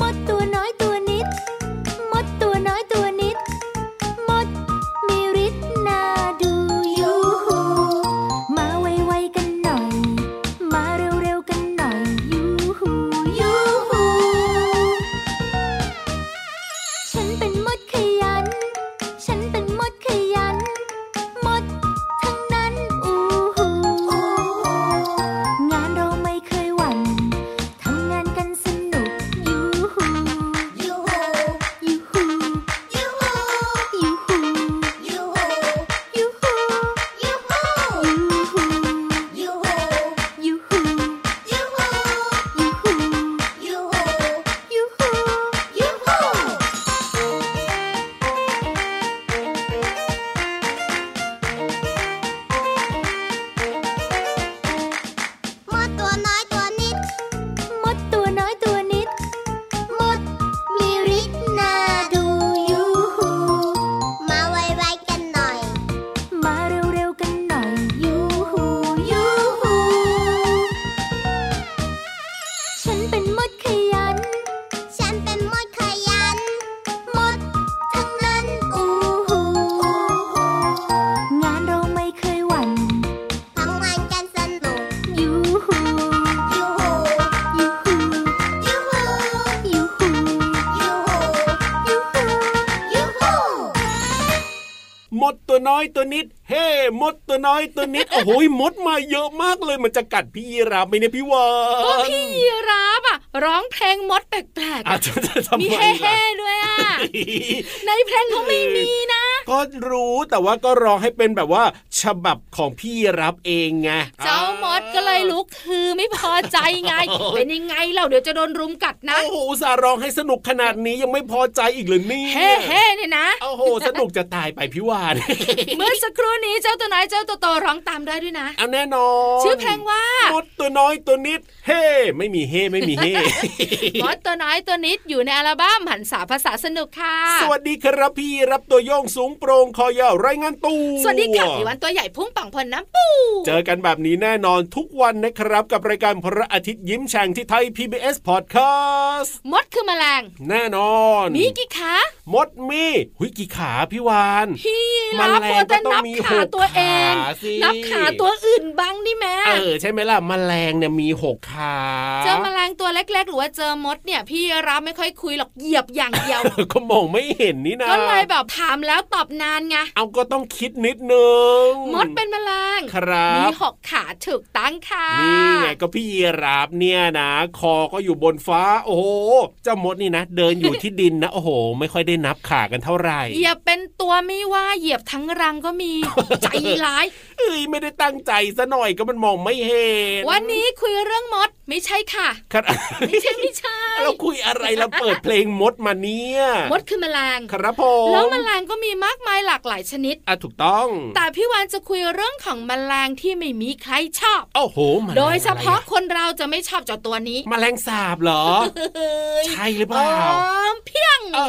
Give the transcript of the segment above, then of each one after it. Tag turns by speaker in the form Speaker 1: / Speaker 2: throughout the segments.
Speaker 1: มดตัวน้อยตัวนิด มดตัวน้อยตัวนิด มดมีฤทธิ์น่าดูยูหูมาไวๆกันหน่อย มาเร็วๆกันหน่อยยูหูยูหูฉันเป็นมดขยัน ฉันเป็นมดขยัน มดทั้งนั้นอูหูงานเราไม่เคยหวั่น ทำงานกันสนุกยูหูยูหูยูหูยูหูยูหูยูหูยูหูยูหูยูหูยูหูยูหูยูหูยูหูยูหูยูหูยูหู
Speaker 2: มดตัวน้อยตัวนิด
Speaker 1: มดตัวน้อยตัวนิด มดมีฤทธิ์น่าดูยูหู
Speaker 2: มาไวๆกันหน่อย
Speaker 1: มาเร็วๆกันหน่อยยูหูยูหูฉันเป็นมดขยัน
Speaker 2: ฉันเป็นมดขยัน
Speaker 1: มดทั้งนั้นอูหูงานเราไม่เคยหวั่น
Speaker 2: ทำงานกันสนุก
Speaker 1: ยูหู
Speaker 2: ยูหู
Speaker 1: ยูหู
Speaker 2: ยูหู
Speaker 1: ยูหู
Speaker 2: ยูหู
Speaker 1: ยูหู
Speaker 2: ยูหู
Speaker 3: มดตัวน้อยตัวนิด เฮ้มดตัวน้อยตัวนิด โอ้โหมดมาเยอะมากเลยมันจะกัดพี่ยีราฟไหมเนี่ยพี่วาน
Speaker 4: ก็พี่ยีราฟอะร้องเพลงมดแปลกๆ
Speaker 3: อา
Speaker 4: อะ
Speaker 3: จจะจะทำ
Speaker 4: มี
Speaker 3: ไม
Speaker 4: เฮ่
Speaker 3: ล่ะ
Speaker 4: เฮ่ๆด้วย อะในเพลงเขาไม่มีนะ
Speaker 3: ก็รู้แต่ว่าก็ร้องให้เป็นแบบว่า ฉบับของพี่ยีรับเองไง
Speaker 4: เจ้ามดก็เลยลุกฮือไม่พอใจไง เป็นยังไงเราเดี๋ยวจะโดนรุมกัดนะ
Speaker 3: โอ้โหอุตสาห์ร้องให้สนุกขนาดนี้ยังไม่พอใจอีกเลยนี่ย
Speaker 4: เฮ่เฮ่ๆเนี่ยนะ
Speaker 3: โอ้โห สนุกจะตายไปพี่วาน
Speaker 4: เมื่อสักครู่นี้เจ้าตัวน้อยเจ้าตัวโตร้องตามได้ด้วยนะ
Speaker 3: เอาแน่นอน
Speaker 4: ชื่อเพลงว่า
Speaker 3: มดตัวน้อยตัวนิด เฮ่ไม่มีเฮ่ไม่มีเฮ่
Speaker 4: มดตัวน้อยตัวนิดอยู่ในอัลบั้มหันษาภาษาสนุกค่ะ
Speaker 3: สวัสดีครับพี่รับตัวโยงสูงโปร่งคอยาวรายงานตู
Speaker 4: สวัสดีค่ะพี่วันตัวใหญ่พุ่งป่องพลน้ำปู
Speaker 3: เจอกันแบบนี้แน่นอนทุกวันนะครับ กับรายการพระอาทิตย์ยิ้มแฉ่งที่ไทย PBS Podcast
Speaker 4: มดคือแมลง
Speaker 3: แน่นอน
Speaker 4: มีกี่ขาม
Speaker 3: ดมีหุยกี่ขาพี่วาน
Speaker 4: พี่รับ
Speaker 3: แมลง
Speaker 4: ตัวแต่
Speaker 3: ก็ต้
Speaker 4: นั
Speaker 3: อบ งมี
Speaker 4: ขา
Speaker 3: หก
Speaker 4: ตัวเอง
Speaker 3: ขาสิ
Speaker 4: นับขาตัวอื่นบ้างนี่แม่
Speaker 3: เออใช่ไหมล่ะมแมลงเนี่ยมีหกขา
Speaker 4: เจอแมลงตัวเล็ก ๆ หรือว่าเจอมดเนี่ย พี่รับไม่ค่อยคุยหรอกเหยียบอย่าง เดียว
Speaker 3: ก็มองไม่เห็นนี่นะ
Speaker 4: ก็เลยแบบถามแล้วตอบนานไง
Speaker 3: เอาก็ต้องคิดนิดนึง
Speaker 4: มดเป็นแมลง
Speaker 3: ครั
Speaker 4: มี
Speaker 3: บ
Speaker 4: หกขาถูกตั้องค่ะ
Speaker 3: นี่ไงก็พี่ยีราฟเนี่ยนะ คอก็อยู่บนฟ้า โอ้โหเจ้ามดนี่นะ เดินอยู่ที่ดินนะโอ้โห ไม่ค่อยได้นับขากันเท่าไหร่
Speaker 4: เหยียบเป็นตัวไม่ว่าเหยียบทั้งรังก็ มี ใจร้าย
Speaker 3: เอ้ยไม่ได้ตั้งใจซะหน่อยก็มันมองไม่เห็น
Speaker 4: วันนี้คุยเรื่องมดไม่ใช่ค่ะ
Speaker 3: ครับ
Speaker 4: ไม่ใช่ ไม่ใช่
Speaker 3: เราคุยอะไรเราเปิดเพลงมดมาเนี่ย
Speaker 4: มดคือแมลง
Speaker 3: ครับผม
Speaker 4: แล้วแมลงก็มีมากมายหลากหลายชนิด
Speaker 3: อ่ะถูกต้อง
Speaker 4: แต่พี่วานจะคุยเรื่องของแมลงที่ไม่มีใครชอบ
Speaker 3: โอ้โหแมลง
Speaker 4: โดยเฉพาะ
Speaker 3: อ
Speaker 4: คนเราจะไม่ชอบเจ้าตัวนี้
Speaker 3: ไรอะแมลงสาบเหรอ
Speaker 4: เอ้ย
Speaker 3: ใช่หรือเป
Speaker 4: อ้
Speaker 3: ล่า
Speaker 4: อมเพียง
Speaker 3: เอ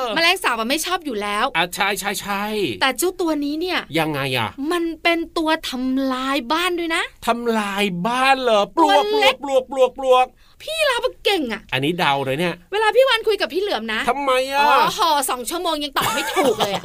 Speaker 3: อ
Speaker 4: แมลงสาบอะไม่ชอบอยู่แล้ว
Speaker 3: อ่ะใช่ใช่ใช่
Speaker 4: แต่เจ้าตัวนี้เนี่ย
Speaker 3: ยังไงอ่ะ
Speaker 4: มันเป็นตัวทำลายบ้านด้วยนะ
Speaker 3: ทำลายบ้านเหรอปลวก
Speaker 4: ตัว
Speaker 3: ปล
Speaker 4: เล็
Speaker 3: ว
Speaker 4: ก
Speaker 3: กปลวกปลวกปลวก
Speaker 4: พี่ลาบเก่งอะ
Speaker 3: อันนี้เดาเลยเนี่ย
Speaker 4: เวลาพี่วานคุยกับพี่เหลือมนะ
Speaker 3: ทำไม
Speaker 4: อ๋
Speaker 3: อ่ะ
Speaker 4: อห่อสองชั่วโมงยังตอบไม่ถูก เลยอะ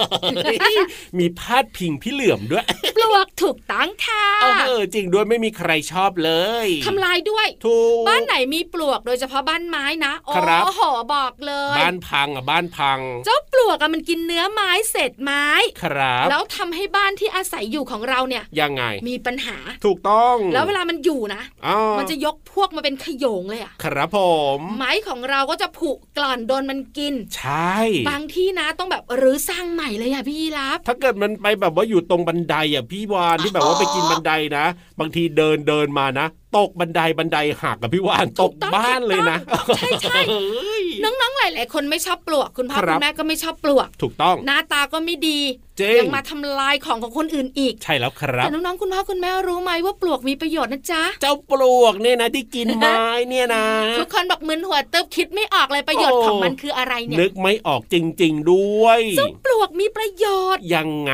Speaker 3: มีพาดพิงพี่เหลื่อมด้วย
Speaker 4: ปลวกถูกตั้งค่ะ
Speaker 3: เออจริงด้วยไม่มีใครชอบเลย
Speaker 4: ทำลายด้วย
Speaker 3: ถูก
Speaker 4: บ้านไหนมีปลวกโดยเฉพาะบ้านไม้นะ อ๋อ
Speaker 3: ครับ
Speaker 4: ห่อบอกเลย
Speaker 3: บ้านพังอ่ะบ้านพัง
Speaker 4: เจ้าปลวกอะมันกินเนื้อไม้เศษไม้
Speaker 3: ครับ
Speaker 4: แล้วทำให้บ้านที่อาศัยอยู่ของเราเนี่ย
Speaker 3: ยังไง
Speaker 4: มีปัญหา
Speaker 3: ถูกต้อง
Speaker 4: แล้วเวลามันอยู่นะ
Speaker 3: อ๋อ
Speaker 4: มันจะยกพวกมาเป็นขโยงเลยอะ
Speaker 3: ครับผม
Speaker 4: ไม้ของเราก็จะผุกร่อนโดนมันกิน
Speaker 3: ใช่
Speaker 4: บางที่นะต้องแบบรื้อสร้างใหม่เลยอะพี่ยีรับ
Speaker 3: ถ้าเกิดมันไปแบบว่าอยู่ตรงบันไดอ่ะพี่วานที่แบบว่าไปกินบันไดนะ บางทีเดินเดินมานะ ตกบันไดบันไดหักกับพี่วาน
Speaker 4: ถู
Speaker 3: ต
Speaker 4: ก
Speaker 3: ก
Speaker 4: ต้อง
Speaker 3: บ้านเลยนะ
Speaker 4: ถูกต้องใช่ใช่
Speaker 3: เฮ้ย
Speaker 4: น้องๆห ลายๆ คนไม่ชอบปลวก คุณพ่อ
Speaker 3: ครับ
Speaker 4: คุณแม่ก็ไม่ชอบปลวก
Speaker 3: ถูกต้อง
Speaker 4: หน้าตาก็ไม่ดี
Speaker 3: จริง
Speaker 4: ยังมาทำลายของของคนอื่นอีก
Speaker 3: ใช่แล้วครับ
Speaker 4: แต่น้องๆคุณพ่อคุณแม่รู้ไหมว่าปลวกมีประโยชน์นะจ๊ะ
Speaker 3: เจ้าปลวกเนี่ยนะที่กินไม้เนี่ยนะ
Speaker 4: ทุกคนบอกมึนหัวเติบคิดไม่ออกเลยประโยชน์
Speaker 3: โอ้
Speaker 4: ของมันคืออะไรเนี่ย
Speaker 3: นึกไม่ออกจริง ๆ ด้วย
Speaker 4: ซึ่งปลวกมีประโยชน์
Speaker 3: ยังไง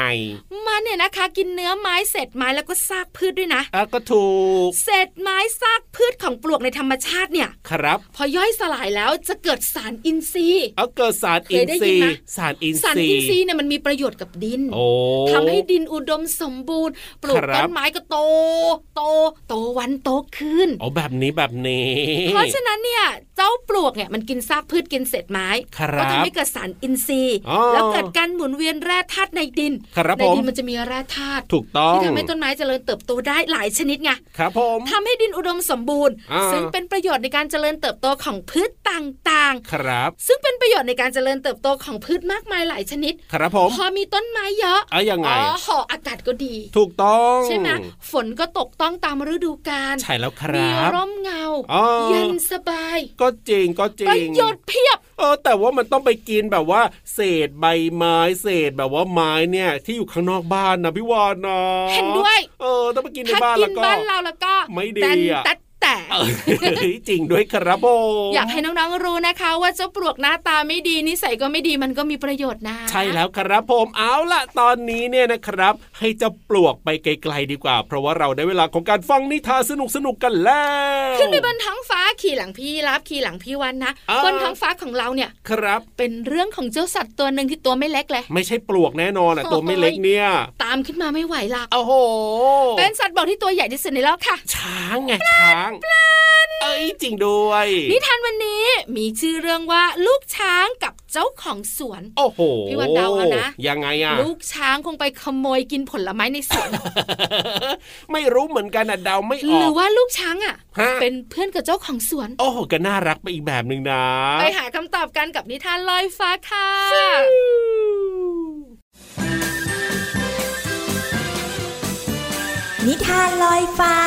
Speaker 4: มันเนี่ยนะคะ กินเนื้อไม้เศษไม้แล้วก็ซากพืชด้วยนะ
Speaker 3: อ่ะก็ถูก
Speaker 4: เศษไม้ซากพืชของปลวกในธรรมชาติเนี่ย
Speaker 3: ครับ
Speaker 4: พอย่อยสลายแล้วจะเกิดสารอินทรีย์
Speaker 3: เอาเกิดสาร
Speaker 4: เค
Speaker 3: อิ
Speaker 4: ย
Speaker 3: น
Speaker 4: ได้
Speaker 3: ท
Speaker 4: ยิ
Speaker 3: รี
Speaker 4: น
Speaker 3: ย์
Speaker 4: ไหม
Speaker 3: สารอิน
Speaker 4: สาร
Speaker 3: ทรี
Speaker 4: อิน
Speaker 3: ย์
Speaker 4: ทรีย์เนี่ยมันมีประโยชน์กับดิน
Speaker 3: โอ้
Speaker 4: ทำให้ดินอุดมสมบูรณ์ ปลูกต้นไม้ก็โต โต โตวันโตคืน
Speaker 3: โอ้แบบนี้แบบนี้
Speaker 4: เพราะฉะนั้นเนี่ยเจ้าปลวกเนี่ยมันกินซากพืชกินเศษไม้
Speaker 3: ครับ
Speaker 4: ก็ทำให้เกิดสารอินทรีย์
Speaker 3: อ๋อ
Speaker 4: แล้วเกิดการหมุนเวียนแร่ธาตุในดิน
Speaker 3: ครับ
Speaker 4: ในดิ
Speaker 3: ผม
Speaker 4: มันจะมีแร่ธาตุ
Speaker 3: ถูกต้อง
Speaker 4: ที่ทำให้ต้นไม้เจริญเติบโตได้หลายชนิดไง
Speaker 3: ครับผม
Speaker 4: ทำให้ดินอุดมสมบูรณ์
Speaker 3: อ่า
Speaker 4: ซึ่งเป็นประโยชน์ในการเจริญเติบโตของพืชต่าง
Speaker 3: ครับ
Speaker 4: ๆ ซึ่งเป็นประโยชน์ในการเจริญเติบโตของพืชมากมายหลายชนิด
Speaker 3: ครับผม
Speaker 4: พอมีต้นไม้เยอะ
Speaker 3: เอายังไง
Speaker 4: อ๋อหออากาศก็ดี
Speaker 3: ถูกต้อง
Speaker 4: ใช่ไหมฝนก็ตกต้องตามฤดูกาล
Speaker 3: ใช่แล้วค
Speaker 4: มี
Speaker 3: รับ
Speaker 4: ร่มเงา
Speaker 3: อ๋อ
Speaker 4: เย็นสบาย
Speaker 3: ก็จริงก็จริ
Speaker 4: ประ
Speaker 3: ง
Speaker 4: โยชน์เพียบ
Speaker 3: เออแต่ว่ามันต้องไปกินแบบว่า เศษใบไม้เศษแบบว่าไม้เนี่ย ที่อยู่ข้างนอกบ้านนะพี่วานนะ
Speaker 4: เห็นด้วย
Speaker 3: เออต้องไปกินใน
Speaker 4: ถ้า
Speaker 3: บ้าน
Speaker 4: กิ
Speaker 3: แล้ว
Speaker 4: น
Speaker 3: ก็
Speaker 4: บ้านเราแล้วก็
Speaker 3: ไม่ดีอะ
Speaker 4: แต่แต่
Speaker 3: เออจริงด้วยครับผม
Speaker 4: อยากให้น้องๆรู้นะคะ ว่าเจ้าปลวกหน้าตาไม่ดีนิสัยก็ไม่ดีมันก็มีประโยชน์นะ
Speaker 3: ใช่แล้วครับผมเอาล่ะ ตอนนี้เนี่ยนะครับ ให้เจะปลวกไปไกลๆดีกว่า เพราะว่าเราได้เวลาของการฟังนิทานสนุกๆกันแล้ว
Speaker 4: ขึ้นไปบนท้องฟ้าขี่หลังพี่รับขี่หลังพี่วันนะ
Speaker 3: อ่า
Speaker 4: บนท้องฟ้าของเราเนี่ย
Speaker 3: ครับ
Speaker 4: เป็นเรื่องของเจ้าสัตว์ตัวหนึ่งที่ตัวไม่เล็กเลย
Speaker 3: ไม่ใช่ปลวกแน่นอนอะตัวไม่เล็กเนี่ย
Speaker 4: ตามขึ้นมาไม่ไหวหรอก
Speaker 3: โอ้โห
Speaker 4: เป็นสัตว์บกที่ตัวใหญ่ที่สุดในโลกค่ะ
Speaker 3: ช้างไงช้างเอ้ยจริงด้วย
Speaker 4: นิทานวันนี้มีชื่อเรื่องว่าลูกช้างกับเจ้าของสวน
Speaker 3: โอ้โห
Speaker 4: พี่วันเดาแล้วนะ
Speaker 3: ยังไงอะ
Speaker 4: ลูกช้างคงไปขโมยกินผลไม้ในสวน
Speaker 3: ไม่รู้เหมือนกันอะเดาไม่อ
Speaker 4: ห
Speaker 3: อ
Speaker 4: รือ
Speaker 3: ก
Speaker 4: ว่าลูกช้างอ่ะ
Speaker 3: ฮะ
Speaker 4: เป็นเพื่อนกับเจ้าของสวน
Speaker 3: โอ้โหก็น่ารักไปอีกแบบหนึ่งนะ
Speaker 4: ไปหาคำตอบกันกับนิทานลอยฟ้าค่ะ
Speaker 5: นิทานลอยฟ้า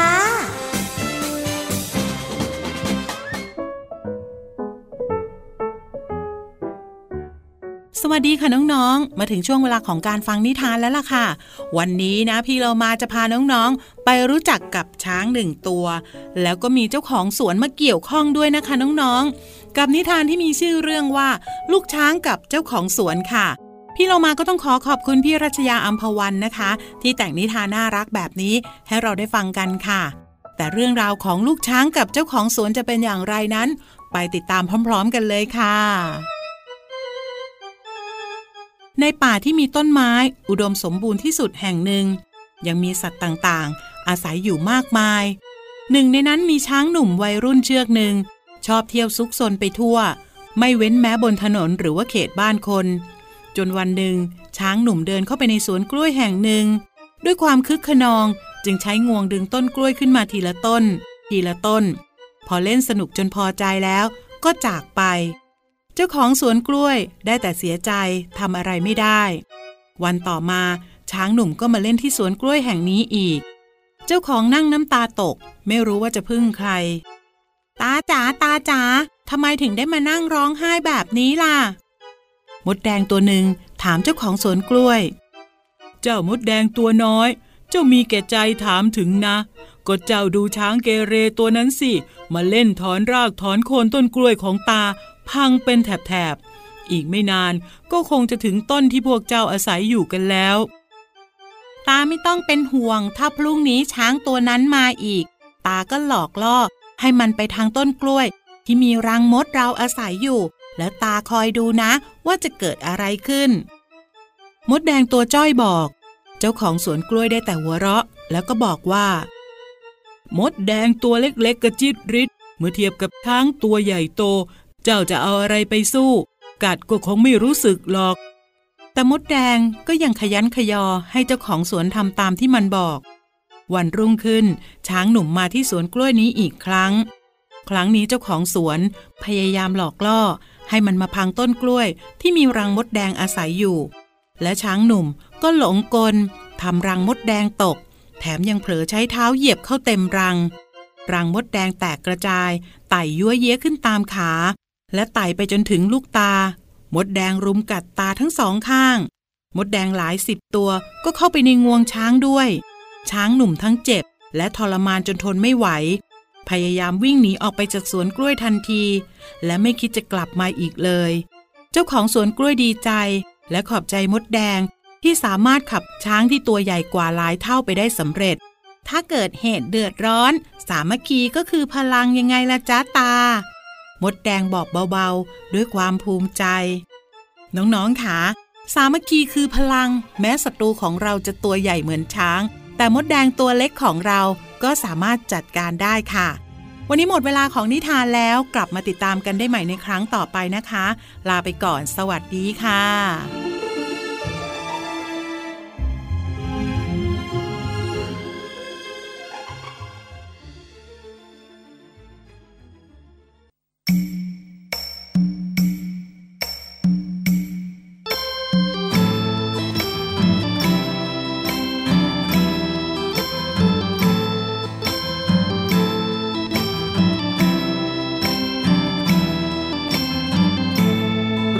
Speaker 6: สวัสดีค่ะน้องๆ มาถึงช่วงเวลาของการฟังนิทานแล้วล่ะค่ะ วันนี้นะพี่เรามาจะพาน้องๆ ไปรู้จักกับช้างหนึ่งตัว แล้วก็มีเจ้าของสวนมาเกี่ยวข้องด้วยนะคะน้องๆ กับนิทานที่มีชื่อเรื่องว่า ลูกช้างกับเจ้าของสวนค่ะ พี่เรามาก็ต้องขอขอบคุณพี่รัชยาอัมพวันนะคะ ที่แต่งนิทานน่ารักแบบนี้ให้เราได้ฟังกันค่ะ แต่เรื่องราวของลูกช้างกับเจ้าของสวนจะเป็นอย่างไรนั้น ไปติดตามพร้อม ๆ กันเลยค่ะ ในป่าที่มีต้นไม้อุดมสมบูรณ์ที่สุดแห่งหนึ่ง ยังมีสัตว์ต่างๆ อาศัยอยู่มากมาย หนึ่งในนั้นมีช้างหนุ่มวัยรุ่นเชือกหนึ่ง ชอบเที่ยวซุกซนไปทั่ว ไม่เว้นแม้บนถนนหรือว่าเขตบ้านคน จนวันหนึ่ง ช้างหนุ่มเดินเข้าไปในสวนกล้วยแห่งหนึ่ง ด้วยความคึกขนองจึงใช้งวงดึงต้นกล้วยขึ้นมาทีละต้น ทีละต้น พอเล่นสนุกจนพอใจแล้วก็จากไป เจ้าของสวนกล้วยได้แต่เสียใจทำอะไรไม่ได้ วันต่อมาช้างหนุ่มก็มาเล่นที่สวนกล้วยแห่งนี้อีก เจ้าของนั่งน้ำตาตก ไม่รู้ว่าจะพึ่งใคร ตาจ๋าตาจ๋าทำไมถึงได้มานั่งร้องไห้แบบนี้ล่ะ มดแดงตัวหนึ่งถามเจ้าของสวนกล้วย เจ้ามดแดงตัวน้อย เจ้ามีแก่ใจถามถึงนะ ก็เจ้าดูช้างเกเรตัวนั้นสิ มาเล่นถอนรากถอนโคนต้นกล้วยของตา พังเป็นแถบๆ อีกไม่นานก็คงจะถึงต้นที่พวกเจ้าอาศัยอยู่กันแล้ว ตาไม่ต้องเป็นห่วง ถ้าพรุ่งนี้ช้างตัวนั้นมาอีก ตาก็หลอกล่อ ให้มันไปทางต้นกล้วย ที่มีรังมดเราอาศัยอยู่ แล้วตาคอยดูนะ ว่าจะเกิดอะไรขึ้น มดแดงตัวจ้อยบอก เจ้าของสวนกล้วยได้แต่หัวเราะ แล้วก็บอกว่า มดแดงตัวเล็กๆกระจิตริดเมื่อเทียบกับช้างตัวใหญ่โต เจ้าจะเอาอะไรไปสู้ กัดก็คงไม่รู้สึกหรอก แต่มดแดงก็ยังขยันขยอให้เจ้าของสวนทำตามที่มันบอก วันรุ่งขึ้น ช้างหนุ่มมาที่สวนกล้วยนี้อีกครั้ง ครั้งนี้เจ้าของสวนพยายามหลอกล่อ ให้มันมาพังต้นกล้วยที่มีรังมดแดงอาศัยอยู่ และช้างหนุ่มก็หลงกลทำรังมดแดงตก แถมยังเผลอใช้เท้าเหยียบเข้าเต็มรัง รังมดแดงแตกกระจายไต่ยั่วเย้ยขึ้นตามขา และไต่ไปจนถึงลูกตา มดแดงรุมกัดตาทั้งสองข้าง มดแดงหลายสิบตัวก็เข้าไปในงวงช้างด้วย ช้างหนุ่มทั้งเจ็บ และทรมานจนทนไม่ไหว พยายามวิ่งหนีออกไปจากสวนกล้วยทันที และไม่คิดจะกลับมาอีกเลย เจ้าของสวนกล้วยดีใจ และขอบใจมดแดงที่สามารถขับช้างที่ตัวใหญ่กว่าหลายเท่าไปได้สำเร็จ ถ้าเกิดเหตุเดือดร้อน สามัคคีก็คือพลังยังไงล่ะจ้าตา มดแดงบอกเบาๆ ด้วยความภูมิใจ น้องๆค่ะสามัคคีคือพลัง แม้ศัตรูของเราจะตัวใหญ่เหมือนช้าง แต่มดแดงตัวเล็กของเราก็สามารถจัดการได้ค่ะ วันนี้หมดเวลาของนิทานแล้วกลับมาติดตามกันได้ใหม่ในครั้งต่อไปนะคะ ลาไปก่อนสวัสดีค่ะ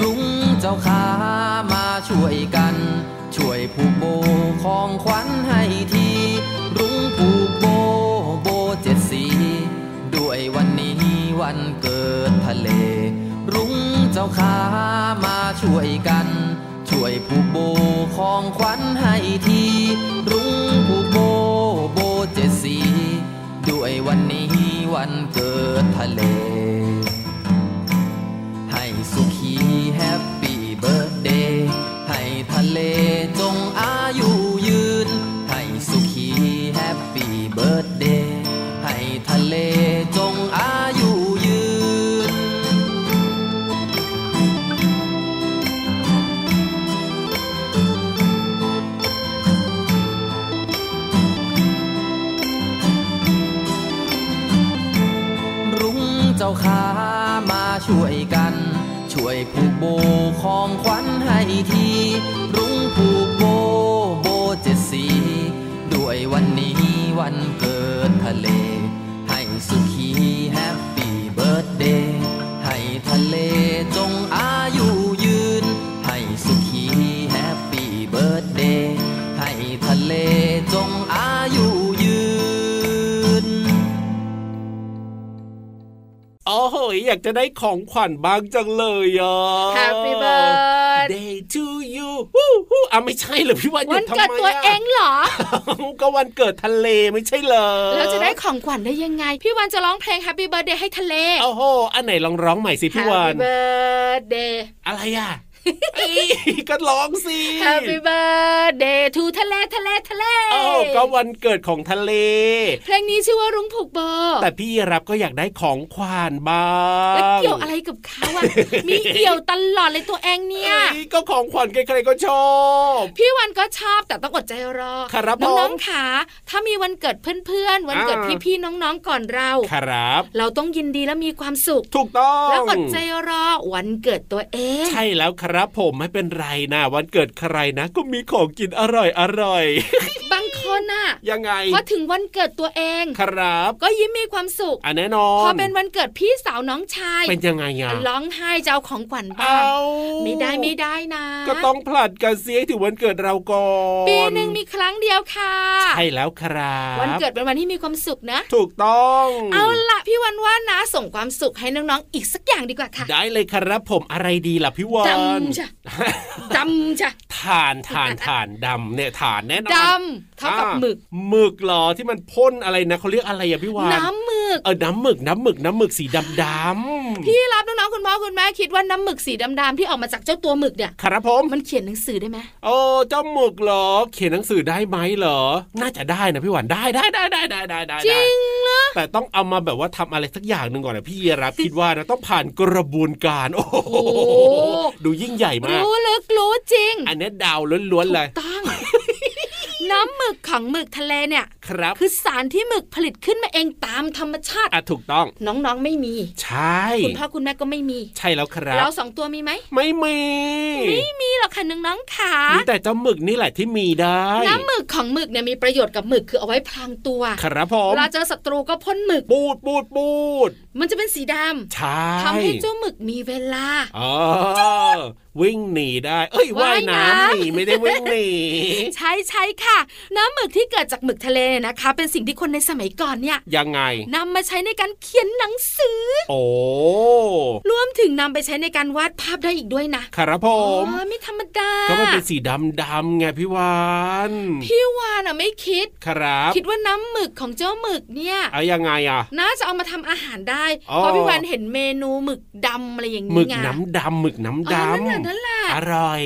Speaker 5: รุ้งเจ้าขามาช่วยกัน ช่วยผูกโบของขวัญให้ที รุ้งผูกโบโบเจ็ดสี ด้วยวันนี้วันเกิดทะเล รุ้งเจ้าขามาช่วยกัน ช่วยผูกโบของขวัญให้ที รุ้งผูกโบโบเจ็ดสี ด้วยวันนี้วันเกิดทะเล ให้สุขีแฮปปี้เบิร์ดเดย์ให้ทะเลจงอายุยืน ให้สุขีแฮปปี้เบิร์ดเดย์ให้ทะเลจงอายุยืน รุ้งเจ้าขามาช่วยกัน ช่วยผูกโบของขวัญให้ที รุ้งผูกโบโบเจ็ดสี ด้วยวันนี้วันเกิดทะเล ให้สุขีแฮปปี้เบิร์ดเดย์ให้ทะเลจงอายุยืน ให้สุขีแฮปปี้เบิร์ดเดย์ให้ทะเลจงอายุยืน
Speaker 3: โอ้โหอยากจะได้ของขวัญบ้างจังเลยอ่ะ
Speaker 4: Happy birthday
Speaker 3: Day to you ฮู้ฮู้อ่ะไม่ใช่เหรอพี่วันหยุ
Speaker 4: วั
Speaker 3: ด
Speaker 4: น
Speaker 3: ทำไม
Speaker 4: เกิดตัวเองเหรอ
Speaker 3: อะ ก็วันเกิดทะเลไม่ใช่เหรอ
Speaker 4: แล้วจะได้ของขวัญได้ยังไง พี่วันจะร้องเพลง Happy Birthday ให้ทะเล
Speaker 3: โอ้โหอันไหนลองร้องใหม่สิพี่วัน
Speaker 4: Happy Birthday
Speaker 3: อะไรอ่ะเอ้ยก็ร้องสิ
Speaker 4: Happy Birthday to ทะเลทะเลทะเล
Speaker 3: โอ้าก็วันเกิดของทะเล
Speaker 4: เพลงนี้ชื่อว่ารุ้งผูกโบ
Speaker 3: แต่พี่รับก็อยากได้ของขวัญบ้าง
Speaker 4: แล้วเกี่ยวอะไรกับเขา อะ มีเอี่ยวตลอดเลยตัวเองเนี่ย
Speaker 3: อ้ก็ของขวัญใครๆก็ชอบ
Speaker 4: พี่วันก็ชอบแต่ต้องอดใจรอ
Speaker 3: ครับผม
Speaker 4: น้องๆขาถ้ามีวันเกิดเพื่อนๆ วันเกิด
Speaker 3: อ่า
Speaker 4: พี่ๆน้องๆก่อนเรา
Speaker 3: ครับ
Speaker 4: เราต้องยินดีและมีความสุข
Speaker 3: ถูกต้อง
Speaker 4: แล้วอดใจรอวันเกิดตัวเอง
Speaker 3: ใช่แล้วครับผมไม่เป็นไรนะ วันเกิดใครนะ ก็มีของกินอร่อยอร่อย
Speaker 4: บางคนน่ะ
Speaker 3: ๆ ยังไง
Speaker 4: พอถึงวันเกิดตัวเอง
Speaker 3: ครับ
Speaker 4: ก็ยิ้มมีความสุข
Speaker 3: อันแน่นอน
Speaker 4: พอเป็นวันเกิดพี่สาวน้องชาย
Speaker 3: เป็นยังไงอ่ะ
Speaker 4: ร้องไห้จะเอาของขวัญบ้า
Speaker 3: เอา
Speaker 4: งไม่ได้ไม่ได้นะ
Speaker 3: ก็ต้องผลัดกันเสียให้ถึงวันเกิดเราก่อน
Speaker 4: ปีหนึ่งมีครั้งเดียวค่ะ
Speaker 3: ใช่แล้วครับ
Speaker 4: วันเกิดเป็นวันที่มีความสุขนะ
Speaker 3: ถูกต้อง
Speaker 4: เอาละพี่วันว่านะส่งความสุขให้น้องๆอีกสักอย่างดีกว่าค่ะ
Speaker 3: ได้เลยครับผมอะไรดีล่ะพี่วาน
Speaker 4: ดำจ้ะ ดำจ้ะ
Speaker 3: ฐานฐานฐานดำเนี่ยฐานแน่นอน
Speaker 4: ดำเท่ากับ
Speaker 3: อ่
Speaker 4: หมึก
Speaker 3: หมึกเหรอที่มันพ่นอะไรนะเขาเรียกอะไรอะพี่วาน
Speaker 4: น้ำหมึก
Speaker 3: เออน้ำหมึกน้ำหมึกน้ำหมึกสีดำดำ
Speaker 4: พี่รับน้องๆคุณพ่อคุณแม่คิดว่าน้ำหมึกสีดำๆที่ออกมาจากเจ้าตัวหมึกเนี่ย
Speaker 3: ครับผม
Speaker 4: มันเขียนหนังสือได้ไหม
Speaker 3: โอ้เจ้าหมึกเหรอ เขียนหนังสือได้ไหมเหรอ น่าจะได้นะพี่วานได้ได้ได้ได้ได้ได้ได้
Speaker 4: จริงเหรอ
Speaker 3: แต่ต้องเอามาแบบว่าทำอะไรสักอย่างหนึ่งก่อนนะพี่รับคิดว่านะต้องผ่านกระบวนการ โอ้โหดูยิ่งใหญ่มาก
Speaker 4: รู้ลึกรู้จริง
Speaker 3: อันเนี้ยดาวล้วนๆเลย
Speaker 4: ต้อง น้ำหมึกของหมึกทะเลเนี่ย
Speaker 3: ครับ
Speaker 4: คือสารที่หมึกผลิตขึ้นมาเองตามธรรมชาติ
Speaker 3: อ่ะถูกต้อง
Speaker 4: น้องๆไม่มี
Speaker 3: ใช่
Speaker 4: คุณพ่อคุณแม่ก็ไม่มี
Speaker 3: ใช่แล้วครั
Speaker 4: เรา
Speaker 3: บ
Speaker 4: สองตัวมีไหม
Speaker 3: ไม่มี
Speaker 4: ไม่มีหรอก ค่ะน้องๆค่ะ
Speaker 3: มีแต่เจ้าหมึกนี่แหละที่มีได้
Speaker 4: น้ำหมึกของหมึกเนี่ยมีประโยชน์กับหมึกคือเอาไว้พรางตัว
Speaker 3: ครับผม
Speaker 4: เวลาเจอศัตรูก็พ่นหมึก
Speaker 3: ปูดปูดปูด
Speaker 4: มันจะเป็นสีดำ
Speaker 3: ใช่
Speaker 4: ทำให้เจ้าหมึกมีเวลา
Speaker 3: เออวิ่งหนีได้ เอ้ยว่ายน้ำ
Speaker 4: ว่ายน้ำ
Speaker 3: หนีไม่ได้วิ่ง หนี
Speaker 4: ใช่ใช่ค่ะ น้ำหมึกที่เกิดจากหมึกทะเลนะคะ เป็นสิ่งที่คนในสมัยก่อนเนี่ย
Speaker 3: ยังไง
Speaker 4: นำมาใช้ในการเขียนหนังสือ
Speaker 3: โอ้
Speaker 4: รวมถึงนำไปใช้ในการวาดภาพได้อีกด้วยนะครับ
Speaker 3: ผ
Speaker 4: อ๋อ
Speaker 3: ม
Speaker 4: ไม่ธรรมดา
Speaker 3: ก็มันเป็นสีดำดำๆไงพี่วาน
Speaker 4: พี่วานอ่ะไม่คิด
Speaker 3: ครับ
Speaker 4: คิดว่าน้ำหมึกของเจ้าหมึกเนี่ย
Speaker 3: เอายังไงอ่ะ
Speaker 4: น่าจะเอามาทำอาหารได้
Speaker 3: อ๋อ
Speaker 4: เพราะพี่วานเห็นเมนูหมึกดำอะไรอย่าง
Speaker 3: หมึ
Speaker 4: นี้
Speaker 3: ก
Speaker 4: ไง
Speaker 3: น้ำดำหมึกน้ำด
Speaker 4: อ๋อนั่นแหละนั่น
Speaker 3: ำ
Speaker 4: แหละ
Speaker 3: อร่อย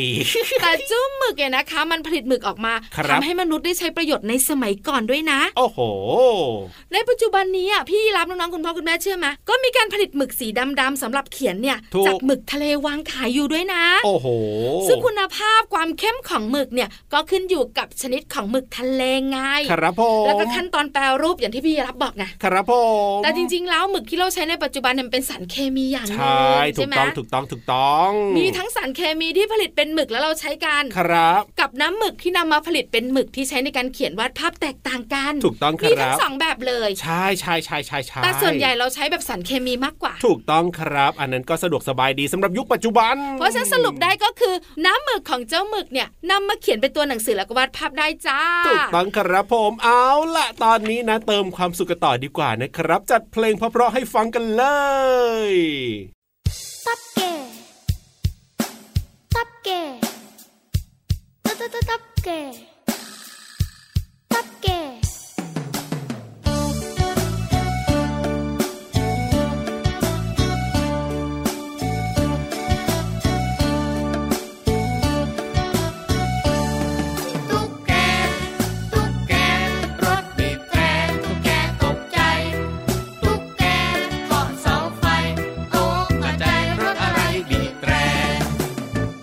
Speaker 4: แต่เจ้าหมึกเนี่ยนะคะ มันผลิตหมึกออกมา
Speaker 3: ครับ
Speaker 4: ทำให้มนุษย์ได้ใช้ประโยชน์ในสมัยก่อนด้วยนะ
Speaker 3: โอ้โห
Speaker 4: ในปัจจุบันนี้อ่ะพี่รับน้องๆคุณพ่อคุณแม่เชื่อไหมก็มีการผลิตหมึกสีดำๆสำหรับเขียนเนี่ย
Speaker 3: ถูก
Speaker 4: จากหมึกทะเลวางขายอยู่ด้วยนะ
Speaker 3: โอ้โห
Speaker 4: ซึ่งคุณภาพความเข้มของหมึกเนี่ยก็ขึ้นอยู่กับชนิดของหมึกทะเลไง
Speaker 3: ครับผม
Speaker 4: แล้วก็ขั้นตอนแปรรูปอย่างที่พี่รับบอกไง
Speaker 3: ครับผม
Speaker 4: แต่จริงๆแล้วหมึกที่เราใช้ในปัจจุบันเนี่ยมันเป็นสารเคมีอย่างห
Speaker 3: ใช
Speaker 4: นึ่ง่
Speaker 3: ถู
Speaker 4: ใช่
Speaker 3: ก
Speaker 4: ไหม
Speaker 3: ต้องถูกต้องถูกต้อง
Speaker 4: มีทั้งสารเคมีที่ผลิตเป็นหมึกแล้วเราใช้กัน
Speaker 3: ครับ
Speaker 4: กับน้ำหมึกที่นำมาผลิตเป็นหมึกที่ใช้ในการเขียนวาดภาพแตกต่างกัน
Speaker 3: ถูกต้องค
Speaker 4: มีทั้
Speaker 3: รั
Speaker 4: ง
Speaker 3: บ
Speaker 4: สองแบบเลย
Speaker 3: ใช่ใช่ใช่ใช่ใช่
Speaker 4: แต่ส่วนใหญ่เราใช้แบบสารเคมีมากกว่า
Speaker 3: ถูกต้องครับ อันนั้นก็สะดวกสบายดีสำหรับยุคปัจจุบัน
Speaker 4: เพราะฉะนั้นสรุปได้ก็คือ น้ำหมึกของเจ้าหมึกเนี่ยนำมาเขียนเป็นตัวหนังสือแล้วก็วาดภาพได้จ้า
Speaker 3: ถูกต้องครับผมเอาล่ะ ตอนนี้นะ เติมความสุขกันต่อดีกว่านะครับ จัดเพลงเพราะๆให้ฟังกันเลย
Speaker 2: ตับเก๋ตับเก๋ตับตับตับตับเก๋ตับเก๋
Speaker 7: ตุ๊กแก ตุ๊กแก รถบีบแตรตุ๊กแกตกใจ ตุ๊กแกเกาะเสาไฟตกกระจายรถอะไรบีบแตร
Speaker 2: ต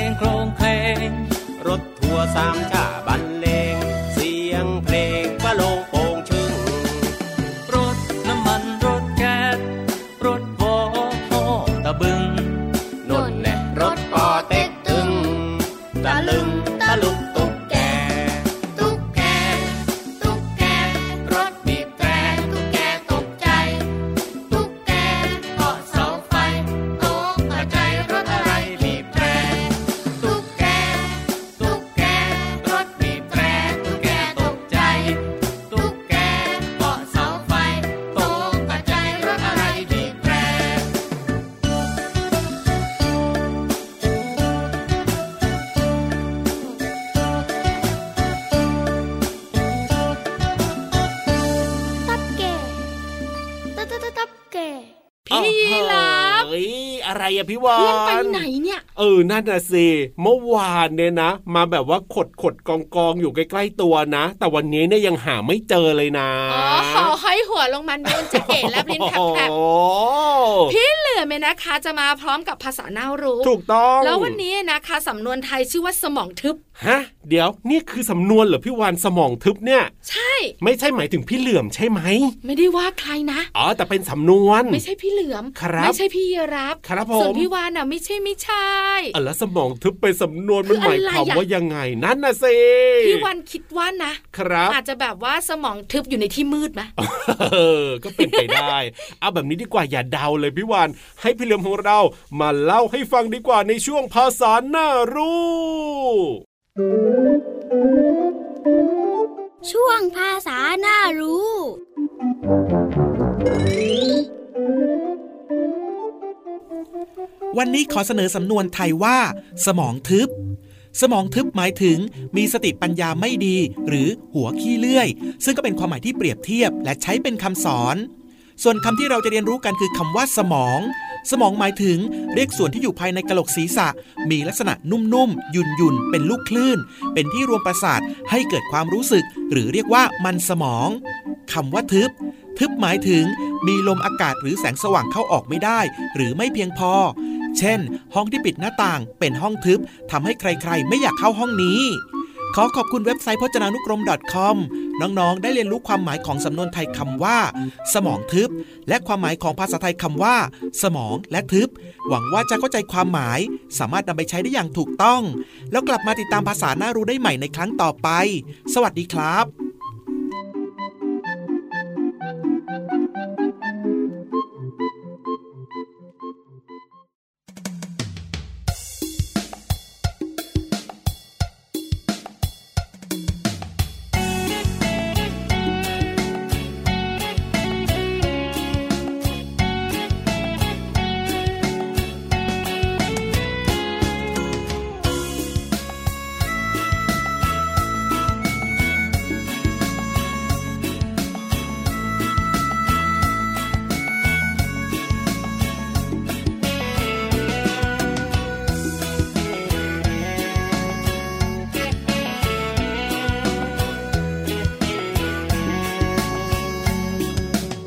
Speaker 8: ทั่วสามชาบรรเลง เสียงเพลงก็โลงโป่งชึ่ง
Speaker 5: รถน้ำมันรถแก๊สรถวอพอตะบึง
Speaker 8: นนแหละรถปอเต็กตึง ตะลึงตะลุกตุกแก
Speaker 7: ตุ๊กแก ตุ๊กแก รถบีบแตรตุ๊กแกตกใจ ตุ๊กแกเกาะเสาไฟตกใจรถอะไรบีบแตรตุ๊กแก ตุ๊กแก รถบีบแตรตุ๊กแกตกใจ ตุ๊กแกเกาะเสาไฟตกใจรถอะไรบีบแตร
Speaker 2: ตับเก๋ตับตับตับตับเก๋
Speaker 4: พี่ยีราฟ
Speaker 3: เฮ้ยอะไรอะพี่วา
Speaker 4: เพื่อน
Speaker 3: น
Speaker 4: ไปไหนเนี่ย
Speaker 3: เออนั่นน่ะสิเมื่อวานเนี่ยนะ มาแบบว่าขดขดกองกองๆอยู่ใกล้ๆตัวนะ แต่วันนี้เนี่ยยังหาไม่เจอเลยนะ
Speaker 4: อ๋อขอห้อยหัวลงมันโดนจะเก๋และลิ้นแผลบ
Speaker 3: โอ้
Speaker 4: ๆพี่เหลือมเนี่ยนะคะจะมาพร้อมกับภาษาน่ารู้
Speaker 3: ถูกต้อง
Speaker 4: แล้ววันนี้นะคะสำนวนไทยชื่อว่าสมองทึบ
Speaker 3: ฮะ เดี๋ยวนี่คือสำนวนเหรอพี่วานสมองทึบเนี่ย
Speaker 4: ใช่
Speaker 3: ไม่ใช่หมายถึงพี่เหลื่อมใช่ไหม
Speaker 4: ไม่ได้ว่าใครนะ
Speaker 3: อ๋อแต่เป็นสำนวน
Speaker 4: ไม่ใช่พี่เหลือม
Speaker 3: ครับ
Speaker 4: ไม่ใช่พี่ยีรับ
Speaker 3: ครับผม
Speaker 4: ส่วนพี่วานอ่ะไม่ใช่ไม่ใช่
Speaker 3: อ๋อแล้วสมองทึบไปนสำนวนมั
Speaker 4: คื
Speaker 3: น
Speaker 4: อ
Speaker 3: ห
Speaker 4: อะไร
Speaker 3: มายความ
Speaker 4: อะ
Speaker 3: ว่ายังไงนั่นน่ะสิ
Speaker 4: พี่วานคิดว่านะครับ อาจจะแบบว่าสมองทึบอยู่ในที่มืดไหม
Speaker 3: เออ ก็เป็นไปได้ เอาแบบนี้ดีกว่าอย่าเดาเลยพี่วาน ให้พี่เหลือมของเรามาเล่าให้ฟังดีกว่าในช่วงภาษาหน้ารู้
Speaker 2: ช่วงภาษาน่ารู้
Speaker 9: วันนี้ขอเสนอสำนวนไทยว่า สมองทึบ สมองทึบหมายถึง มีสติปัญญาไม่ดี หรือหัวขี้เลื่อย ซึ่งก็เป็นความหมายที่เปรียบเทียบและใช้เป็นคำสอน ส่วนคำที่เราจะเรียนรู้กันคือคำว่าสมอง สมองหมายถึง เรียกส่วนที่อยู่ภายในกะโหลกศีรษะ มีลักษณะนุ่มๆ ยุ่นๆ เป็นลูกคลื่น เป็นที่รวมประสาทให้เกิดความรู้สึก หรือเรียกว่ามันสมองคำว่าทึบ ทึบหมายถึง มีลมอากาศหรือแสงสว่างเข้าออกไม่ได้ หรือไม่เพียงพอ เช่น ห้องที่ปิดหน้าต่างเป็นห้องทึบทำให้ใครๆ ไม่อยากเข้าห้องนี้ ขอขอบคุณเว็บไซต์พจนานุกรม .com น้องๆ ได้เรียนรู้ความหมายของสำนวนไทยคำว่า สมองทึบ และความหมายของภาษาไทยคำว่า สมองและทึบ หวังว่าจะเข้าใจความหมาย สามารถนำไปใช้ได้อย่างถูกต้อง แล้วกลับมาติดตามภาษาหน้ารู้ได้ใหม่ในครั้งต่อไป สวัสดีครับ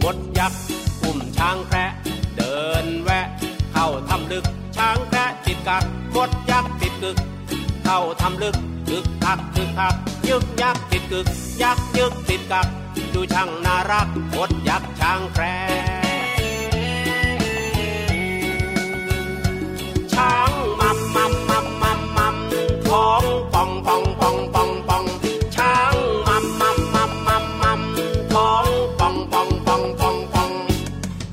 Speaker 8: มดยักษ์อุ้มช้างแคระเดินแวะ เข้าทำลึกช้างแคระติดกักมดยักษ์ติดกึก เข้าทำลึกกึกทักกึกทักยึกยักษ์ติดกึก ยักษ์ยึกติดกักดูช่างน่ารักมดยักษ์ช้างแคระช้างมัมมัมมัมมัมมัมท้องป่องป่องป่องป่องป่องช้างมัมมัมมัมมัมมัมท้องป่องป่องป่องป่องป่อง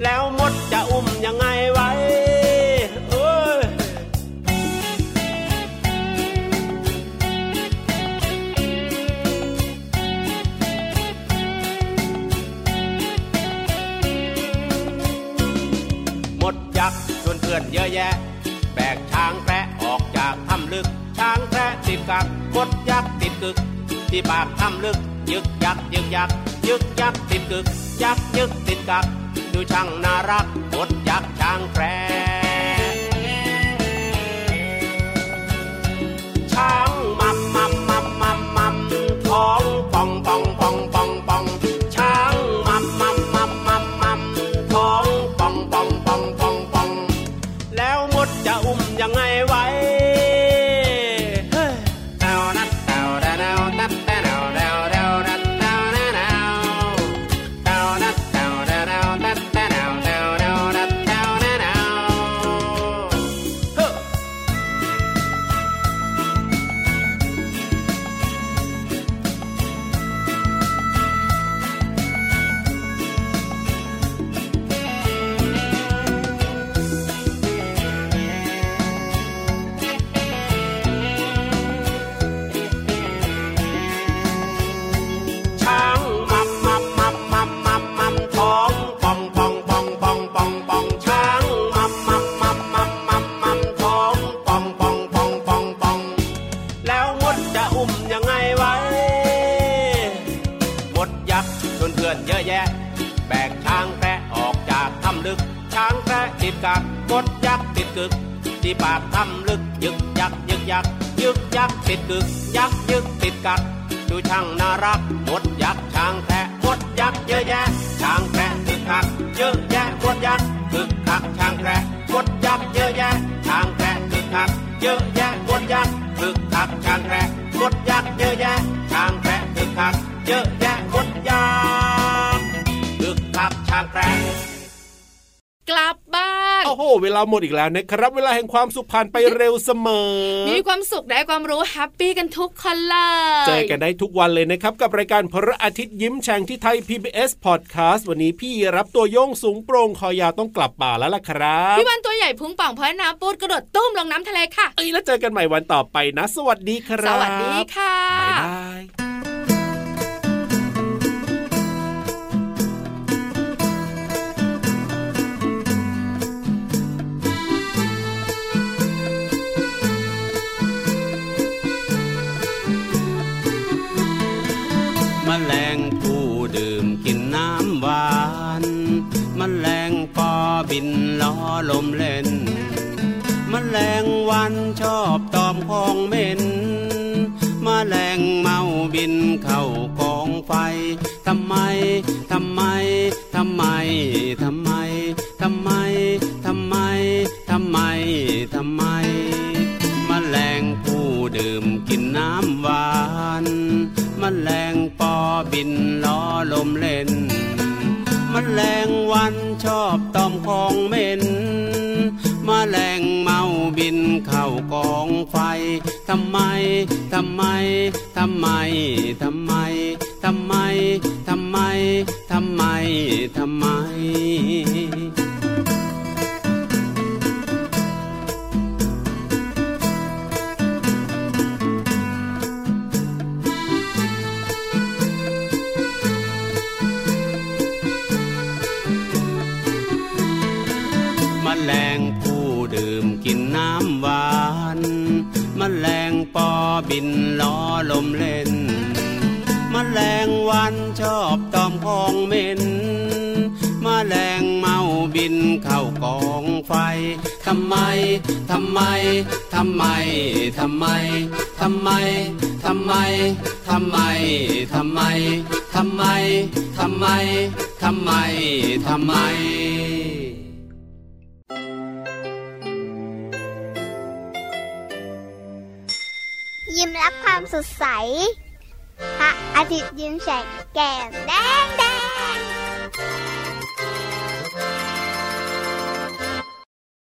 Speaker 8: แล้วมดจะอุ้มยังไงไว้เอ้ย หมดยักษ์ชวนเพื่อนเยอะแยะ แบกช้างแคระออกจากถ้ำลึก ช้างแคระติดกักหมดยักษ์ติดกึก ที่ปากถ้ำลึก ยึกยักยึกยักยึกยักติดกึก ยักยึกติดกัก ดูช่างน่ารักหมดยักษ์ช้างแคระ ช้างมัมมัมมัมมัมมัมท้องป่องป่องป่องป่องป่องช้างมัมมัมมัมมัมมัมท้องป่องป่องป่องป่องป่องแล้วมดจะอุ้มยังไงไว้เฮ้ยเอานะ
Speaker 10: อุ้มยังไงไว้ หมดยักษ์ชวนเพื่อนเยอะแยะ แบกช้างแพะออกจากถ้ำลึก ช้างแพะติดกับมดยักษ์ติดกึก ที่ปากถ้ำลึกยึกยักยึกยักยึกยักติดกึก ยักยึกติดกักดูช่างน่ารักมดยักษ์ช้างแพะมดยักษ์เยอะแยะ ช้างแพะติดกักเยอะแยะมดยักษ์ตึกคักช้างแพะมดยักษ์เยอะแยะ ช้างแพะตึกคักเยอะแยะมดยักษ์ตึกคักช้างแพะมดยักษ์เยอะแยะ ช้างแพะตึกคักเยอะแยะมดยักษ์ตึกคักช้างแพะ
Speaker 4: กลับบ้าน
Speaker 3: โอ้โห เวลาหมดอีกแล้วนะครับ เวลาแห่งความสุขผ่านไปเร็วเสมอ
Speaker 4: มีความสุขได้ความรู้แฮปปี้กันทุกคนเลย
Speaker 3: เจอกันได้ทุกวันเลยนะครับ กับรายการพระอาทิตย์ยิ้มแฉ่งที่ไทย PBS Podcast วันนี้พี่รับตัวโยงสูงโปร่งคอยาวต้องกลับป่าแล้วล่ะครับ
Speaker 4: พี่วันตัวใหญ่พุงป่องเพราะน้ำปูดกระโดดตุ้มลงน้ำทะเลค่ะ
Speaker 3: เอ้ยแล้วเจอกันใหม่วันต่อไปนะ สวัสดีค
Speaker 4: ส
Speaker 3: รับ
Speaker 4: วัสดีค่ะ
Speaker 3: บ๊ายบาย
Speaker 10: มแมลงผู้ดื่มกินน้ำหวานมแมลงปอบินล้อลมเล่นมแมลงวันชอบตอมของเหม็นมแมลงเมาบินเข้ากองไฟทำไมทำไมทำไมทำไมทำไมทำไมทำไมทำไมมแมลงผู้ดื่มกินน้ำหวาน มแมลงปอบินล้อลมเล่น มแมลงวันชอบตอมของเหม็น มแมลงเมาบินเข้ากองไฟ ทำไม ทำไม ทำไม ทำไม ทำไม ทำไม ทำไม ทำไม มแมลงผู้ดื่มกินน้ำหวานมแมลงปอบินล้อลมเล่นมแมลงวันชอบตอมของเหม็นมแมลงเมาบินเข้ากองไฟทำไมทำไมทำไมทำไมทำไมทำไมทำไมทำไมทำไมทำไมทำไมทำไม
Speaker 2: ยิ้มรับความสดใส พระอาทิตย์ยิ้มแฉกแก้มแดงแดง